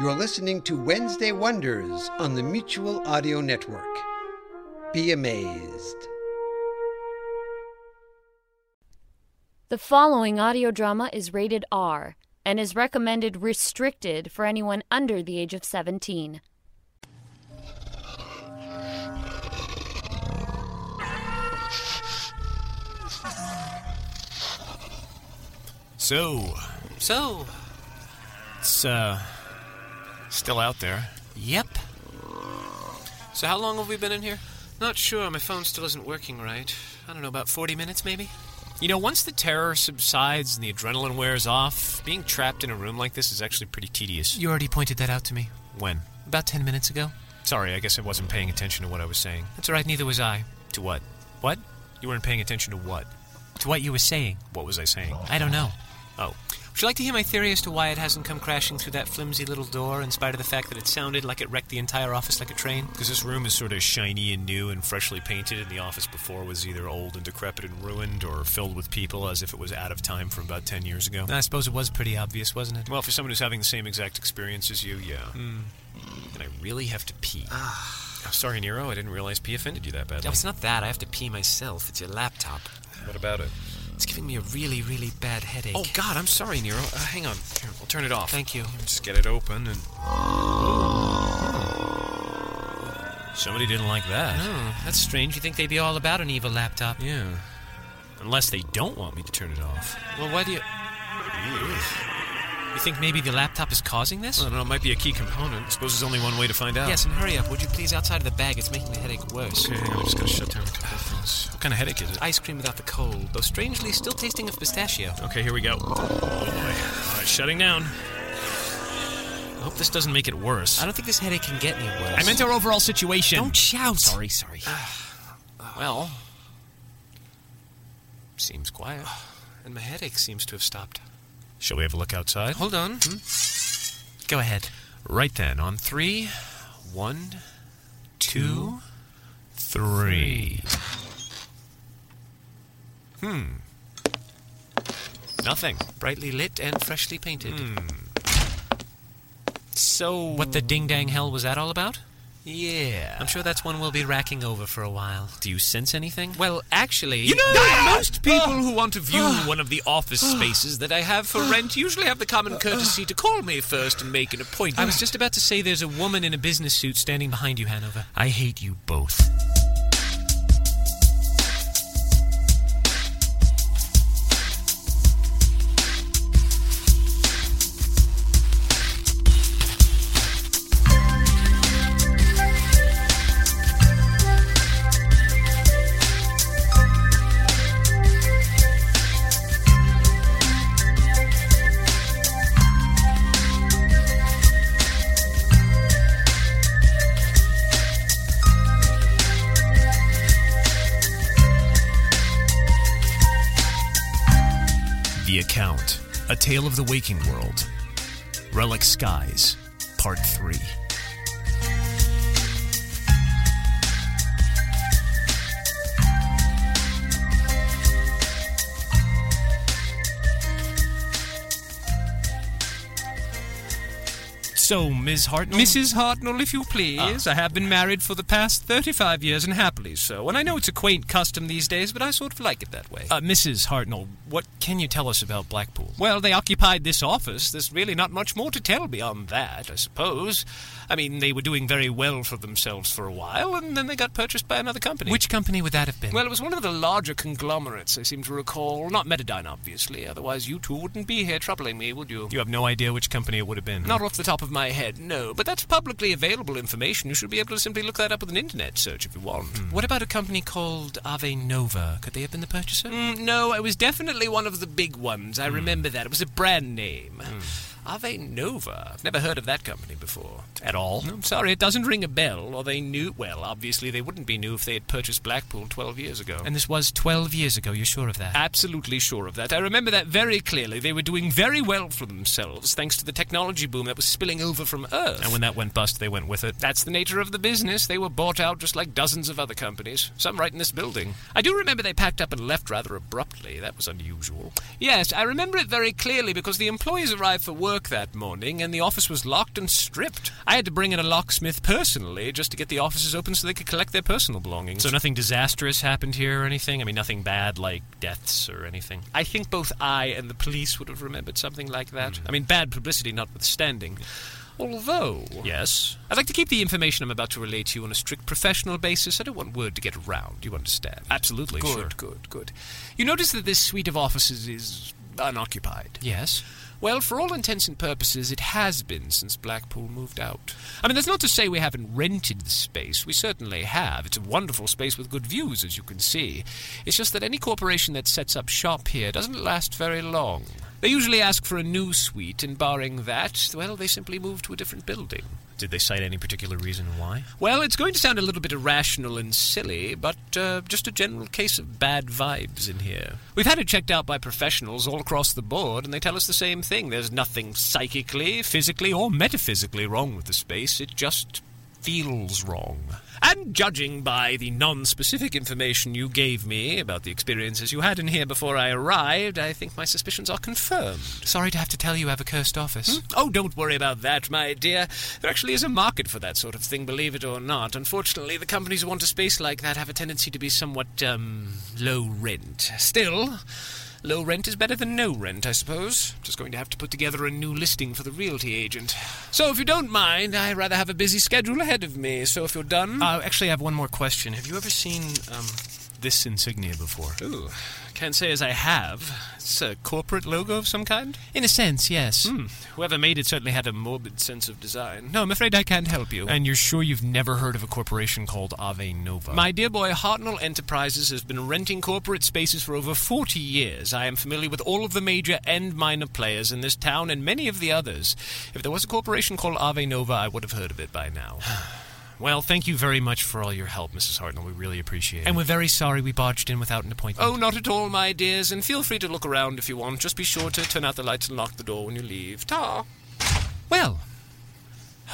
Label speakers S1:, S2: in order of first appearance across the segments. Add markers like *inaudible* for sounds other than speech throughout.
S1: You're listening to Wednesday Wonders on the Mutual Audio Network. Be amazed.
S2: The following audio drama is rated R and is recommended restricted for anyone under the age of 17.
S3: So,
S4: So,
S3: it's uh, still out there.
S4: yep. So, how long have we been in here? Not sure. My phone still isn't working right. I don't know, about 40 minutes maybe?
S3: You know, once the terror subsides and the adrenaline wears off, being trapped in a room like this is actually pretty tedious.
S4: You already pointed that out to me.
S3: When?
S4: About 10 minutes ago.
S3: Sorry, I guess I wasn't paying attention to what I was saying.
S4: That's alright, neither was I.
S3: To what? What? You weren't paying attention to what?
S4: To what you were saying.
S3: What was I saying?
S4: I don't know.
S3: Oh,
S4: Would you like to hear my theory as to why it hasn't come crashing through that flimsy little door, in spite of the fact that it sounded like it wrecked the entire office like a train?
S3: because this room is sort of shiny and new and freshly painted, and the office before was either old and decrepit and ruined or filled with people as if it was out of time from about 10 years ago.
S4: I suppose it was pretty obvious, wasn't it? Hmm.
S3: Well, for someone who's having the same exact experience as you, yeah. And I really have to pee. oh, sorry, Nero. I didn't realize pee offended you that badly.
S4: No, it's not Ah. that. I have to pee myself. It's your laptop.
S3: What about it?
S4: It's giving me a really, really bad headache.
S3: Oh God, I'm sorry, Nero. Uh, hang on. Here, I'll turn it off.
S4: Thank you.
S3: Just get it open and. Somebody didn't like that.
S4: Oh, that's strange. You think they'd be all about an evil laptop?
S3: Yeah. Unless they don't want me to turn it off.
S4: Well, why do you? You think maybe the laptop is causing
S3: I
S4: this?
S3: don't know. It might be a key component. I suppose there's only one way to find out.
S4: Yes, and hurry up, would you please? Outside of the bag, it's making the headache worse.
S3: Oh. Okay, hang on. I just gotta shut down a couple of things. What kind of headache is it?
S4: Ice cream without the cold, though strangely still tasting of pistachio.
S3: Okay, here we go. Oh boy. All right, shutting down. I hope this doesn't make it worse.
S4: I don't think this headache can get any worse.
S3: I meant our overall situation.
S4: Don't shout.
S3: Sorry, sorry.
S4: Well, seems quiet, *sighs* and my headache seems to have stopped.
S3: Shall we have a look outside?
S4: Hold on. Hmm? Go ahead.
S3: Right then, on three, one, two, three. Hmm. Nothing.
S4: Brightly lit and freshly painted.
S3: So.
S4: Hmm. What the ding dang hell was that all about?
S3: Yeah.
S4: I'm sure that's one we'll be racking over for a while.
S3: Do you sense anything?
S4: Well, actually,
S3: You know, most people who want to
S4: *sighs*
S3: view one of the office spaces that I have for rent usually have the
S4: *sighs*
S3: common courtesy to call me first and make an appointment.
S4: I was just about to say there's a woman in a business suit standing behind you, Hanover.
S3: I hate you both. The Account A Tale of the Waking World. Relic Skies, Part 3. So, Ms. Hartnell? Ah.
S5: Mrs. Hartnell, if you please. I have been married for the past 35 years and happily so. And I know it's a quaint custom these days, but I sort of like it that way.
S3: Uh, Mrs. Hartnell, what can you tell us about Blackpool?
S5: well, they occupied this office. There's really not much more to tell beyond that, I suppose. I mean, they were doing very well for themselves for a while, and then they got purchased by another company.
S4: Which company would that have been?
S5: Well, it was one of the larger conglomerates, I seem to recall. Not Metadine, obviously. Otherwise, you two wouldn't be here troubling me, would you?
S3: You have no idea which company it would have been.
S5: Not off the top of my head, no. But that's publicly available information. You should be able to simply look that up with an internet search if you want.
S3: Hmm.
S4: what about a company called Ave Nova? Could they have been the purchaser?
S3: Hmm.
S5: Mm, no, it was definitely one of the big ones. I remember that. It was a brand name.
S3: Ave Nova. I've never heard of that company before. At all? I'm sorry, it doesn't ring a bell, or they knew. Well, obviously, they wouldn't be new if they had purchased Blackpool 12 years ago.
S4: And this was 12 years ago, you're sure of that?
S3: Absolutely sure of that. I remember that very clearly. They were doing very well for themselves, thanks to the technology boom that was spilling over from Earth.
S4: and when that went bust, they went with it.
S3: That's the nature of the business. They were bought out just like dozens of other companies, some right in this building. I do remember they packed up and left rather abruptly. That was unusual. Yes, I remember it very clearly because the employees arrived for work that morning and the office was locked and stripped. I had to bring in a locksmith personally just to get the offices open so they could collect their personal belongings.
S4: So nothing disastrous happened here or anything? I mean, nothing bad like deaths or anything?
S3: I think both I and the police would have remembered something like
S4: Mm.
S3: that. I mean, bad publicity notwithstanding. Although.
S4: Yes.
S3: I'd like to keep the information I'm about to relate to you on a strict professional basis. I don't want word to get around, you understand?
S4: Absolutely,
S3: good,
S4: sure.
S3: good, good. You notice that this suite of offices is unoccupied.
S4: Yes.
S3: Well, for all intents and purposes, it has been since Blackpool moved out. I mean, that's not to say we haven't rented the space. We certainly have. It's a wonderful space with good views, as you can see. It's just that any corporation that sets up shop here doesn't last very long. They usually ask for a new suite, and barring that, well, they simply move to a different building.
S4: Did they cite any particular reason why?
S3: Well, it's going to sound a little bit irrational and silly, but uh, just a general case of bad vibes in here. We've had it checked out by professionals all across the board, and they tell us the same thing. There's nothing psychically, physically, or metaphysically wrong with the space. It just feels wrong. And judging by the non specific information you gave me about the experiences you had in here before I arrived, I think my suspicions are confirmed.
S4: Sorry to have to tell you I have a cursed office.
S3: Oh, don't worry about that, my dear. There actually is a market for that sort of thing, believe it or not. Unfortunately, the companies who want a space like that have a tendency to be somewhat, um, low rent. Still, low rent is better than no rent, I suppose. Just going to have to put together a new listing for the realty agent. So, if you don't mind, I rather have a busy schedule ahead of me, so if you're done.
S4: Uh, actually, I have one more question. Have you ever seen um, this insignia before?
S3: Ooh, can't say as I have. It's a corporate logo of some kind?
S4: In a sense, yes.
S3: Hmm, whoever made it certainly had a morbid sense of design. No, I'm afraid I can't help you.
S4: And you're sure you've never heard of a corporation called Ave Nova?
S3: My dear boy, Hartnell Enterprises has been renting corporate spaces for over 40 years. I am familiar with all of the major and minor players in this town and many of the others. If there was a corporation called Ave Nova, I would have heard of it by *sighs* now.
S4: well, thank you very much for all your help, Mrs. Hartnell. We really appreciate it.
S3: And
S4: we're very sorry we barged in without an appointment.
S3: Oh, not at all, my dears, and feel free to look around if you want. Just be sure to turn out the lights and lock the door when you leave. Ta!
S4: Well,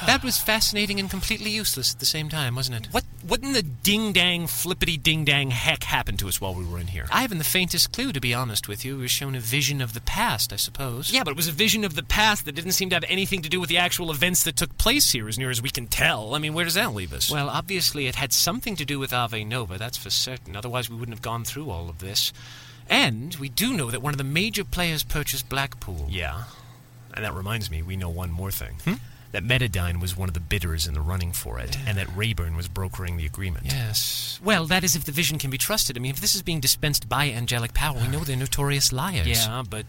S4: that was fascinating and completely useless at the same time, wasn't it?
S3: What, what in the ding dang, flippity ding dang heck happened to us while we were in here?
S4: I haven't the faintest clue, to be honest with you. We were shown a vision of the past, I suppose.
S3: Yeah, but it was a vision of the past that didn't seem to have anything to do with the actual events that took place here, as near as we can tell. I mean, where does that leave us?
S4: Well, obviously, it had something to do with Ave Nova, that's for certain. Otherwise, we wouldn't have gone through all of this. And we do know that one of the major players purchased Blackpool.
S6: Yeah. And that reminds me, we know one more thing. That Metadine was one of the bidders in the running for it, and that Rayburn was brokering the agreement.
S4: Yes. Well, that is if the vision can be trusted. I mean, if this is being dispensed by angelic power, we know they're notorious liars.
S6: Yeah, but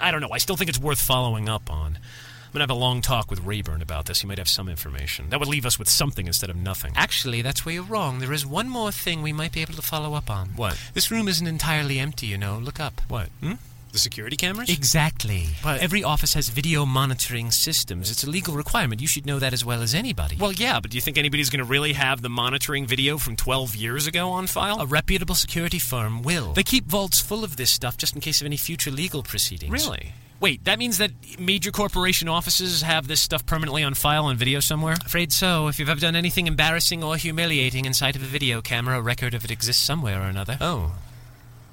S6: I don't know. I still think it's worth following up on. I'm going to have a long talk with Rayburn about this. He might have some information. That would leave us with something instead of nothing.
S4: Actually, that's where you're wrong. There is one more thing we might be able to follow up on.
S6: What?
S4: This room isn't entirely empty, you know. Look up.
S6: What? Hmm? The security cameras?
S4: Exactly.
S6: But-
S4: Every office has video monitoring systems. It's a legal requirement. You should know that as well as anybody.
S6: well, yeah, but do you think anybody's going to really have the monitoring video from 12 years ago on file?
S4: a reputable security firm will. They keep vaults full of this stuff just in case of any future legal proceedings.
S6: really? Wait, that means that major corporation offices have this stuff permanently on file and video somewhere?
S4: Afraid so. If you've ever done anything embarrassing or humiliating in sight of a video camera, a record of it exists somewhere or another.
S6: Oh,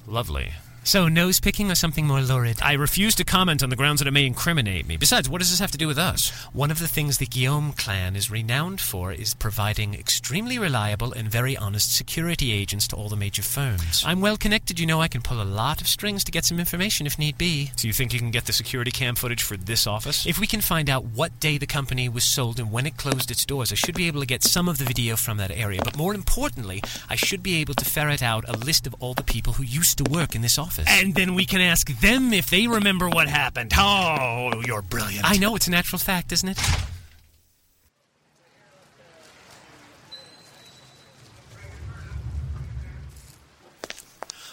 S6: lovely.
S4: So, nose picking or something more lurid?
S6: I refuse to comment on the grounds that it may incriminate me. Besides, what does this have to do with us?
S4: One of the things the Guillaume clan is renowned for is providing extremely reliable and very honest security agents to all the major firms. I'm well connected, you know, I can pull a lot of strings to get some information if need be.
S6: So you think you can get the security cam footage for this office?
S4: If we can find out what day the company was sold and when it closed its doors, I should be able to get some of the video from that area. But more importantly, I should be able to ferret out a list of all the people who used to work in this office.
S6: and then we can ask them if they remember what happened. Oh, you're brilliant.
S4: I know it's a natural fact, isn't it?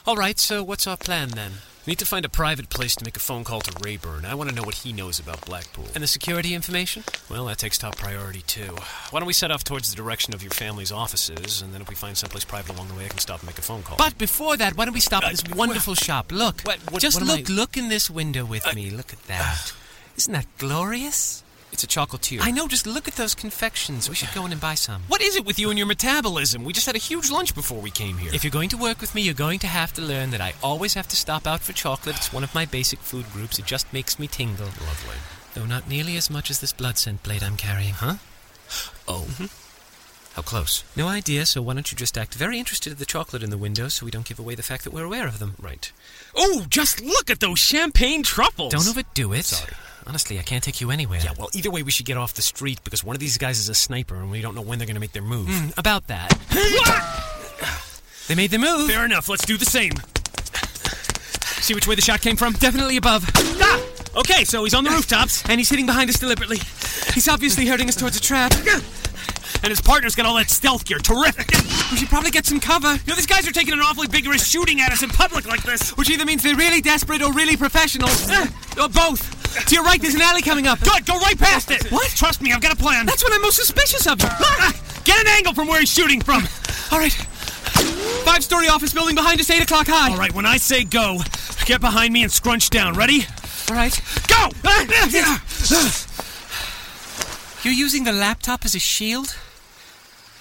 S4: All right, so what's our plan then?
S3: Need to find a private place to make a phone call to Rayburn. I want to know what he knows about Blackpool.
S4: And the security information?
S3: Well, that takes top priority, too. Why don't we set off towards the direction of your family's offices, and then if we find someplace private along the way, I can stop and make a phone call.
S4: But before that, why don't we stop at this
S3: Uh,
S4: wonderful shop? Look,
S3: what- what-
S4: just
S3: what am
S4: look,
S3: I- Uh,
S4: look in this window with me. Look at that. Isn't that glorious?
S3: it's a chocolatier.
S4: I know. Just look at those confections. We should go in and buy some.
S3: What is it with you and your metabolism? We just had a huge lunch before we came here.
S4: If you're going to work with me, you're going to have to learn that I always have to stop out for chocolate. It's one of my basic food groups. It just makes me tingle.
S3: Lovely.
S4: Though not nearly as much as this blood scent blade I'm carrying. Huh?
S3: *gasps*
S4: Mm-hmm.
S3: Oh. How close?
S4: No idea, so why don't you just act very interested in the chocolate in the window so we don't give away the fact that we're aware of them.
S3: Right. Oh, just look at those champagne truffles!
S4: Don't overdo it.
S3: Sorry.
S4: Honestly, I can't take you anywhere.
S3: Yeah, well, either way, we should get off the street because one of these guys is a sniper and we don't know when they're going to make their move.
S4: Mm,
S3: *laughs*
S4: about that. they made the move.
S3: Fair enough, let's do the same.
S4: See which way the shot came from? Definitely above.
S3: Okay, so he's on the rooftops,
S4: And he's hitting behind us deliberately. He's obviously herding us towards a trap.
S3: and his partner's got all that stealth gear. Terrific!
S4: We should probably get some cover.
S3: You know, these guys are taking an awfully big risk shooting at us in public like this.
S4: Which either means they're really desperate or really professional. or both. To your right, there's an alley coming up.
S3: Ah! Good, go right past it!
S4: What?
S3: Trust me, I've got a plan. Ah!
S4: That's what I'm most suspicious of.
S3: Get an angle from where he's shooting from.
S4: All right. Five story office building behind us, 8 o'clock high.
S3: All right, when I say go, get behind me and scrunch down. Ready?
S4: All right. *laughs*
S3: Go!
S4: You're using the laptop as a shield?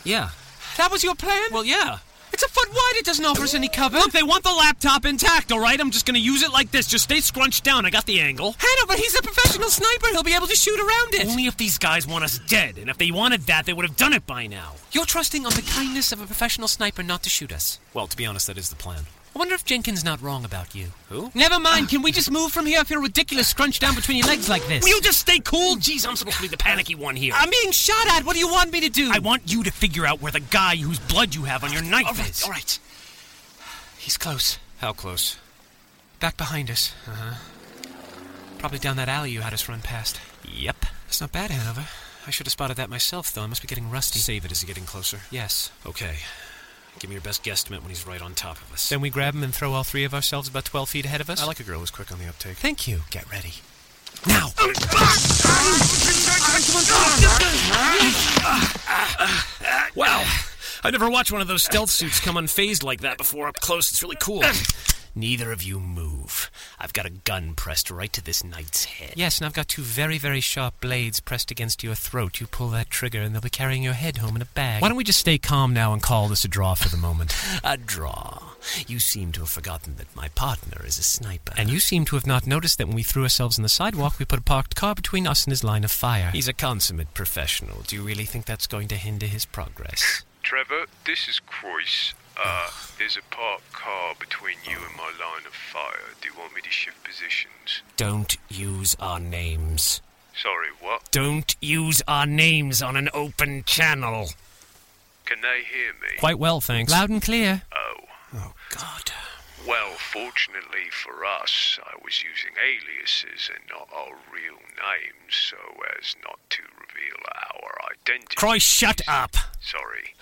S3: Yeah.
S4: That was your plan?
S3: Well, yeah.
S4: it's a foot wide. It doesn't offer us any cover.
S3: Look, they want the laptop intact, all right? I'm just gonna use it like this. Just stay scrunched down. I got the angle.
S4: Hannah, but he's a professional sniper. He'll be able to shoot around it.
S3: Only if these guys want us dead, and if they wanted that, they would have done it by now.
S4: You're trusting on the kindness of a professional sniper not to shoot us.
S3: Well, to be honest, that is the plan.
S4: I wonder if Jenkins not wrong about you.
S3: Who?
S4: Never mind. Can we just move from here? I feel ridiculous scrunched down between your legs like this.
S3: Will you just stay cool? Jeez, I'm supposed to be the panicky one here.
S4: I'm being shot at. What do you want me to do?
S3: I want you to figure out where the guy whose blood you have on your knife
S4: All right.
S3: is.
S4: All right. He's close.
S3: How close?
S4: Back behind us. Uh huh. Probably down that alley you had us run past.
S3: Yep.
S4: That's not bad, Hanover. I should have spotted that myself, though. I must be getting rusty.
S3: Save it as you're getting closer.
S4: Yes.
S3: Okay. Give me your best guesstimate when he's right on top of us.
S4: Then we grab him and throw all three of ourselves about 12 feet ahead of us.
S3: I like a girl who's quick on the uptake.
S4: Thank you. Get ready. Now!
S3: Wow. I never watched one of those stealth suits come unfazed like that before up close. It's really cool. Neither of you move. I've got a gun pressed right to this knight's head.
S4: Yes, and I've got two very, very sharp blades pressed against your throat. You pull that trigger, and they'll be carrying your head home in a bag.
S3: Why don't we just stay calm now and call this a draw for the
S4: *laughs*
S3: moment? a draw. You seem to have forgotten that my partner is a sniper.
S4: And you seem to have not noticed that when we threw ourselves on the sidewalk, we put a parked car between us and his line of fire.
S3: He's a consummate professional. Do you really think that's going to hinder his progress?
S7: Trevor, this is Croyce. Uh, there's a parked car between you and my line of fire. Do you want me to shift positions?
S3: Don't use our names.
S7: Sorry, what?
S3: Don't use our names on an open channel.
S7: Can they hear me?
S3: Quite well, thanks.
S4: Loud and clear.
S7: Oh.
S3: Oh, God.
S7: Well, fortunately for us, I was using aliases and not our real names so as not to reveal our identity.
S3: Croy, shut up.
S7: Sorry.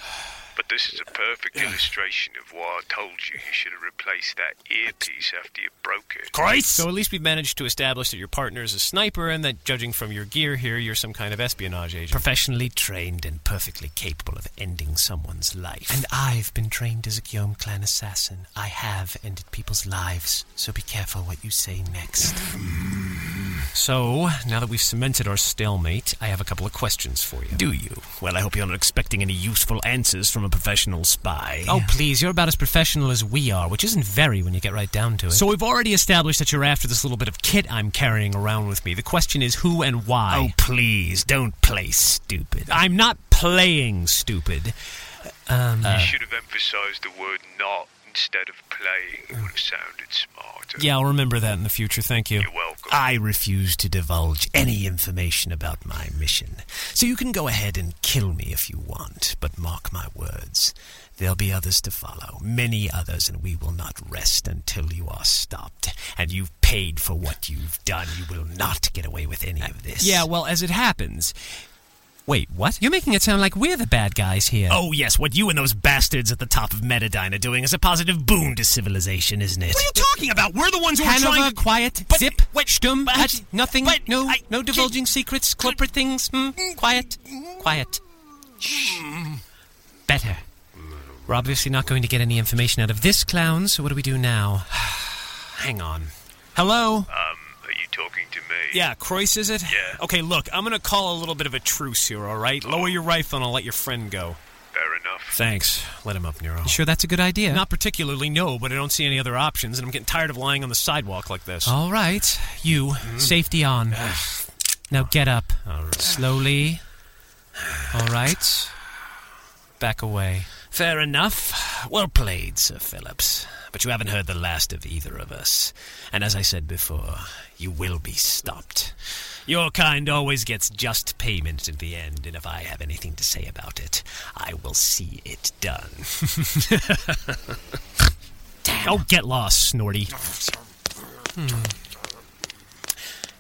S7: But this is a perfect illustration of why I told you you should have replaced that earpiece after you broke it.
S3: Christ! So at least we've managed to establish that your partner is a sniper and that, judging from your gear here, you're some kind of espionage agent. Professionally trained and perfectly capable of ending someone's life.
S4: And I've been trained as a Guillaume clan assassin. I have ended people's lives, so be careful what you say next.
S3: so, now that we've cemented our stalemate, I have a couple of questions for you. Do you? Well, I hope you're not expecting any useful answers from a professional spy.
S4: Oh, please, you're about as professional as we are, which isn't very when you get right down to it.
S3: So we've already established that you're after this little bit of kit I'm carrying around with me. The question is who and why. Oh, please, don't play stupid. I'm not playing stupid.
S7: You should have emphasized the word not instead of playing. It would have sounded smarter.
S3: Yeah, I'll remember that in the future. Thank you.
S7: You're welcome.
S4: Uh,
S3: I refuse to divulge any information about my mission. So you can go ahead and kill me if you want, but mark my words. There'll be others to follow, many others, and we will not rest until you are stopped. And you've paid for what you've done. You will not get away with any of this.
S4: Yeah, well, as it happens,
S8: Wait, what? You're making it sound like we're the bad guys here.
S3: Oh, yes, what you and those bastards at the top of Metadine are doing is a positive boon to civilization, isn't it?
S4: What are you talking about? We're the ones who
S8: Hanover,
S4: are trying to.
S8: quiet,
S4: But-
S8: zip,
S4: but-
S8: stum,
S4: but-
S8: hat, nothing,
S4: but
S8: no,
S4: I-
S8: no divulging secrets, corporate things, hmm, quiet, quiet. Hmm. Better. We're obviously not going to get any information out of this clown, so what do we do now? *sighs* Hang on. Hello?
S7: Um, are you talking to me?
S4: Yeah, Croyce, is it?
S7: Yeah.
S4: Okay, look, I'm gonna call a little bit of a truce here, all right? Lower your rifle and I'll let your friend go.
S7: Fair enough.
S4: Thanks. Let him up, Nero.
S8: You sure that's a good idea?
S4: Not particularly, no, but I don't see any other options, and I'm getting tired of lying on the sidewalk like this.
S8: All right. You,
S3: Mm-hmm.
S8: safety
S3: *sighs*
S8: on. now get up. Slowly. All right. Back away.
S3: Fair enough. Well played, Sir Phillips. But you haven't heard the last of either of us. And as I said before, you will be stopped. Your kind always gets just payment in the end, and if I have anything to say about it, I will see it done.
S8: Oh, get lost, Snorty.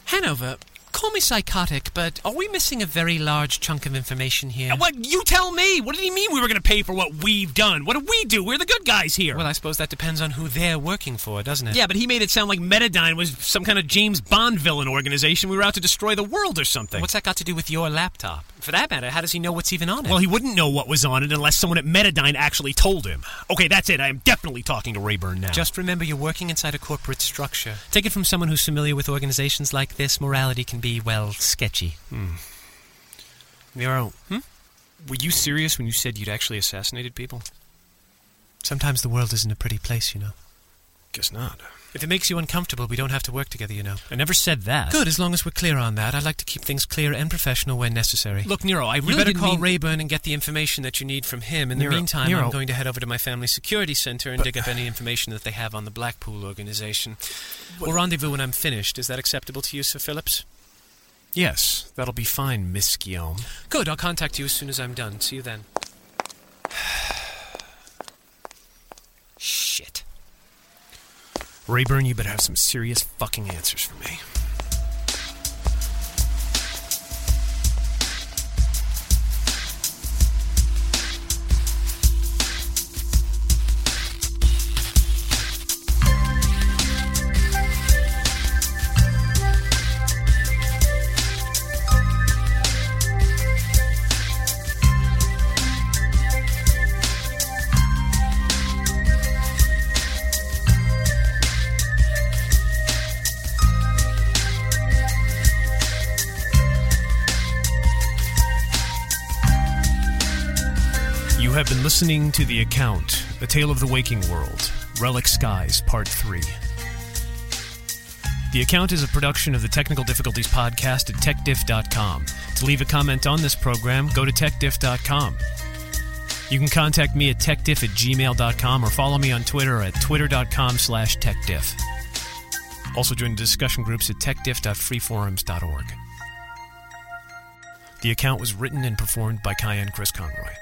S8: Hanover, call me psychotic, but are we missing a very large chunk of information
S3: Uh,
S8: here?
S4: What? You tell me! What did he mean we were gonna pay for what we've done? What do we do? We're the good guys here!
S8: Well, I suppose that depends on who they're working for, doesn't it?
S4: yeah, but he made it sound like Metadine was some kind of James Bond villain organization. We were out to destroy the world or something.
S8: What's that got to do with your laptop? For that matter, how does he know what's even on it?
S4: Well, he wouldn't know what was on it unless someone at Metadine actually told him. Okay, that's it. I am definitely talking to Rayburn
S8: *laughs*
S4: now.
S8: Just remember you're working inside a corporate structure. Take it from someone who's familiar with organizations like this, morality can be, well, sketchy. Hmm?
S4: Nero. Were you serious when you said you'd actually assassinated people?
S8: Sometimes the world isn't a pretty place, you know.
S4: Guess not.
S8: If it makes you uncomfortable, we don't have to work together, you know.
S4: I never said that.
S8: Good, as long as we're clear on that. I like to keep things clear and professional when necessary.
S4: Look, Nero, I really
S8: you better
S4: didn't
S8: call
S4: mean-
S8: Rayburn and get the information that you need from him. In the
S4: Nero-
S8: meantime,
S4: Nero-
S8: I'm going to head over to my family security center and dig up any information that they have on the Blackpool organization. We'll rendezvous when I'm finished. Is that acceptable to you, Sir Phillips?
S4: Yes, that'll be fine, Miss Guillaume.
S8: Good, I'll contact you as soon as I'm done. See you then. Shit.
S4: Rayburn, you better have some serious fucking answers for me. You have been listening to The Account, A Tale of the Waking World, Relic Skies, Part 3. The Account is a production of the Technical Difficulties Podcast at techdiff.com. To leave a comment on this program, go to techdiff.com. You can contact me at techdiff at gmail.com or follow me on Twitter at twitter.com slash techdiff. Also join the discussion groups at techdiff.freeforums.org. The account was written and performed by Kyan Chris Conroy.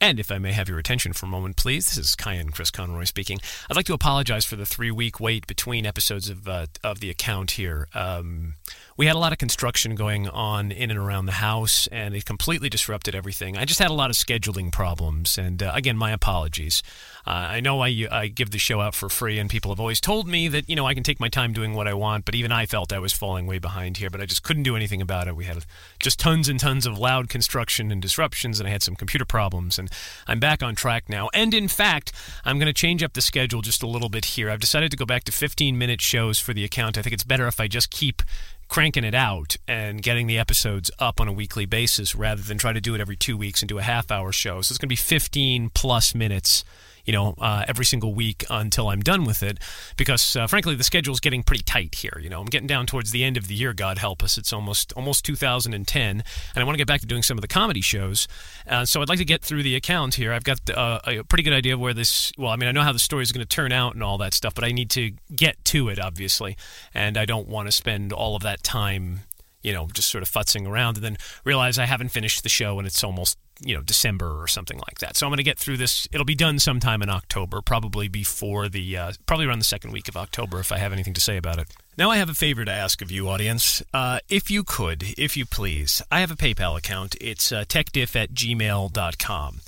S4: And if I may have your attention for a moment, please, this is Kyan Chris Conroy speaking. I'd like to apologize for the three week wait between episodes of, uh, of the account here. Um, we had a lot of construction going on in and around the house, and it completely disrupted everything. I just had a lot of scheduling problems, and uh, again, my apologies. Uh, I know I, I give the show out for free, and people have always told me that, you know, I can take my time doing what I want, but even I felt I was falling way behind here, but I just couldn't do anything about it. We had just tons and tons of loud construction and disruptions, and I had some computer problems, and I'm back on track now. And in fact, I'm going to change up the schedule just a little bit here. I've decided to go back to 15 minute shows for the account. I think it's better if I just keep cranking it out and getting the episodes up on a weekly basis rather than try to do it every two weeks and do a half hour show. So it's going to be 15 plus minutes you know, uh, every single week until I'm done with it, because uh, frankly, the schedule's getting pretty tight here. You know, I'm getting down towards the end of the year. God help us, it's almost almost 2010, and I want to get back to doing some of the comedy shows. Uh, so I'd like to get through the account here. I've got uh, a pretty good idea of where this. Well, I mean, I know how the story's going to turn out and all that stuff, but I need to get to it, obviously, and I don't want to spend all of that time you know, just sort of futzing around and then realize I haven't finished the show and it's almost, you know, December or something like that. So I'm going to get through this. It'll be done sometime in October, probably before the, uh, probably around the second week of October if I have anything to say about it. Now I have a favor to ask of you, audience. Uh, if you could, if you please, I have a PayPal account. It's uh, techdiff at gmail.com.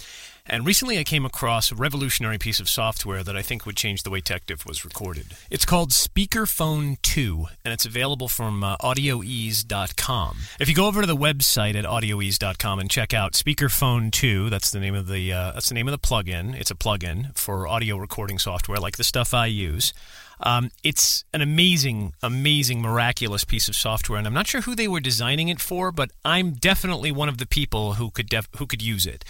S4: And recently I came across a revolutionary piece of software that I think would change the way TechDiff was recorded. It's called Speakerphone 2, and it's available from uh, audioease.com. If you go over to the website at audioease.com and check out Speakerphone 2, that's the name of the uh, that's the name of the plugin. It's a plugin for audio recording software like the stuff I use. Um, it's an amazing, amazing, miraculous piece of software, and I'm not sure who they were designing it for, but I'm definitely one of the people who could def- who could use it.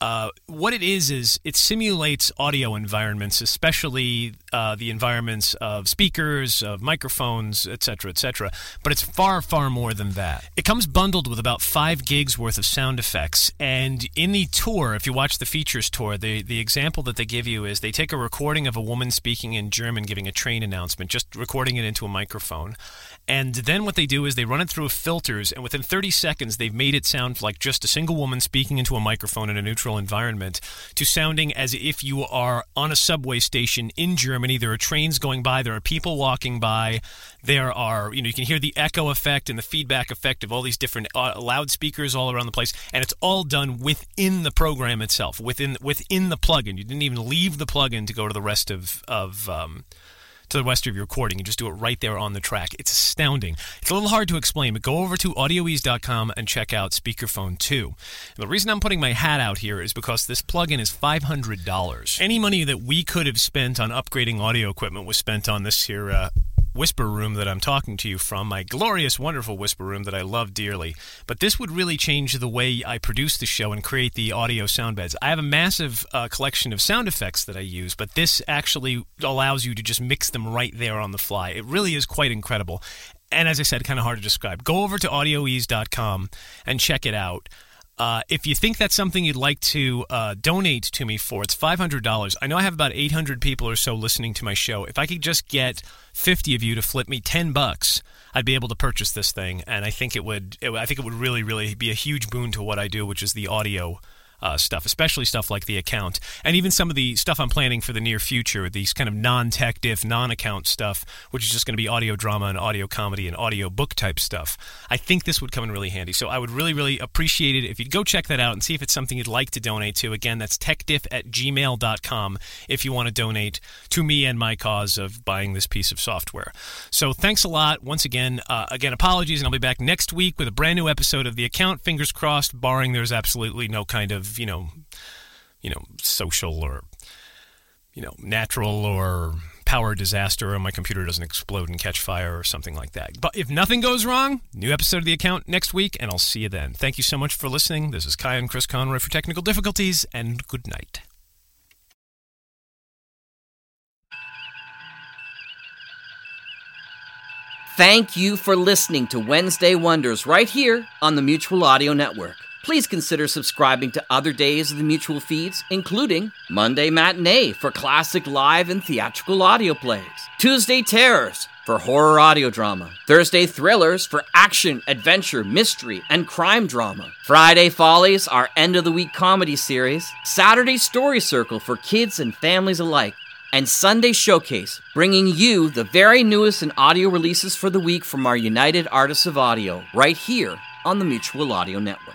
S4: Uh, what it is is it simulates audio environments, especially uh, the environments of speakers, of microphones, etc., etc. But it's far, far more than that. It comes bundled with about five gigs worth of sound effects, and in the tour, if you watch the features tour, the the example that they give you is they take a recording of a woman speaking in German giving a train announcement, just recording it into a microphone, and then what they do is they run it through filters, and within 30 seconds, they've made it sound like just a single woman speaking into a microphone in a neutral environment to sounding as if you are on a subway station in Germany. There are trains going by, there are people walking by, there are, you know, you can hear the echo effect and the feedback effect of all these different uh, loudspeakers all around the place, and it's all done within the program itself, within within the plugin. You didn't even leave the plugin to go to the rest of, of um, to the rest of your recording and just do it right there on the track. It's astounding. It's a little hard to explain, but go over to audioease.com and check out Speakerphone 2. And the reason I'm putting my hat out here is because this plugin is $500. Any money that we could have spent on upgrading audio equipment was spent on this here uh, whisper room that I'm talking to you from, my glorious, wonderful whisper room that I love dearly. But this would really change the way I produce the show and create the audio sound beds. I have a massive uh, collection of sound effects that I use, but this actually allows you to just mix them right there on the fly. It really is quite incredible. And as I said, kind of hard to describe. Go over to audioease.com and check it out. Uh, if you think that's something you'd like to uh, donate to me for, it's five hundred dollars. I know I have about eight hundred people or so listening to my show. If I could just get fifty of you to flip me ten bucks, I'd be able to purchase this thing, and I think it would. It, I think it would really, really be a huge boon to what I do, which is the audio. Uh, stuff, especially stuff like the account, and even some of the stuff I'm planning for the near future, these kind of non-tech diff, non-account stuff, which is just going to be audio drama and audio comedy and audio book type stuff. I think this would come in really handy. So I would really, really appreciate it if you'd go check that out and see if it's something you'd like to donate to. Again, that's techdiff at gmail.com if you want to donate to me and my cause of buying this piece of software. So thanks a lot. Once again, uh, again, apologies, and I'll be back next week with a brand new episode of The Account. Fingers crossed, barring there's absolutely no kind of you know, you know, social or you know, natural or power disaster, or my computer doesn't explode and catch fire or something like that. But if nothing goes wrong, new episode of the account next week, and I'll see you then. Thank you so much for listening. This is Kai and Chris Conroy for technical difficulties, and good night.
S9: Thank you for listening to Wednesday Wonders right here on the Mutual Audio Network please consider subscribing to other days of the Mutual feeds, including Monday Matinee for classic live and theatrical audio plays, Tuesday Terrors for horror audio drama, Thursday Thrillers for action, adventure, mystery, and crime drama, Friday Follies, our end of the week comedy series, Saturday Story Circle for kids and families alike. And Sunday Showcase, bringing you the very newest and audio releases for the week from our United Artists of Audio, right here on the Mutual Audio Network.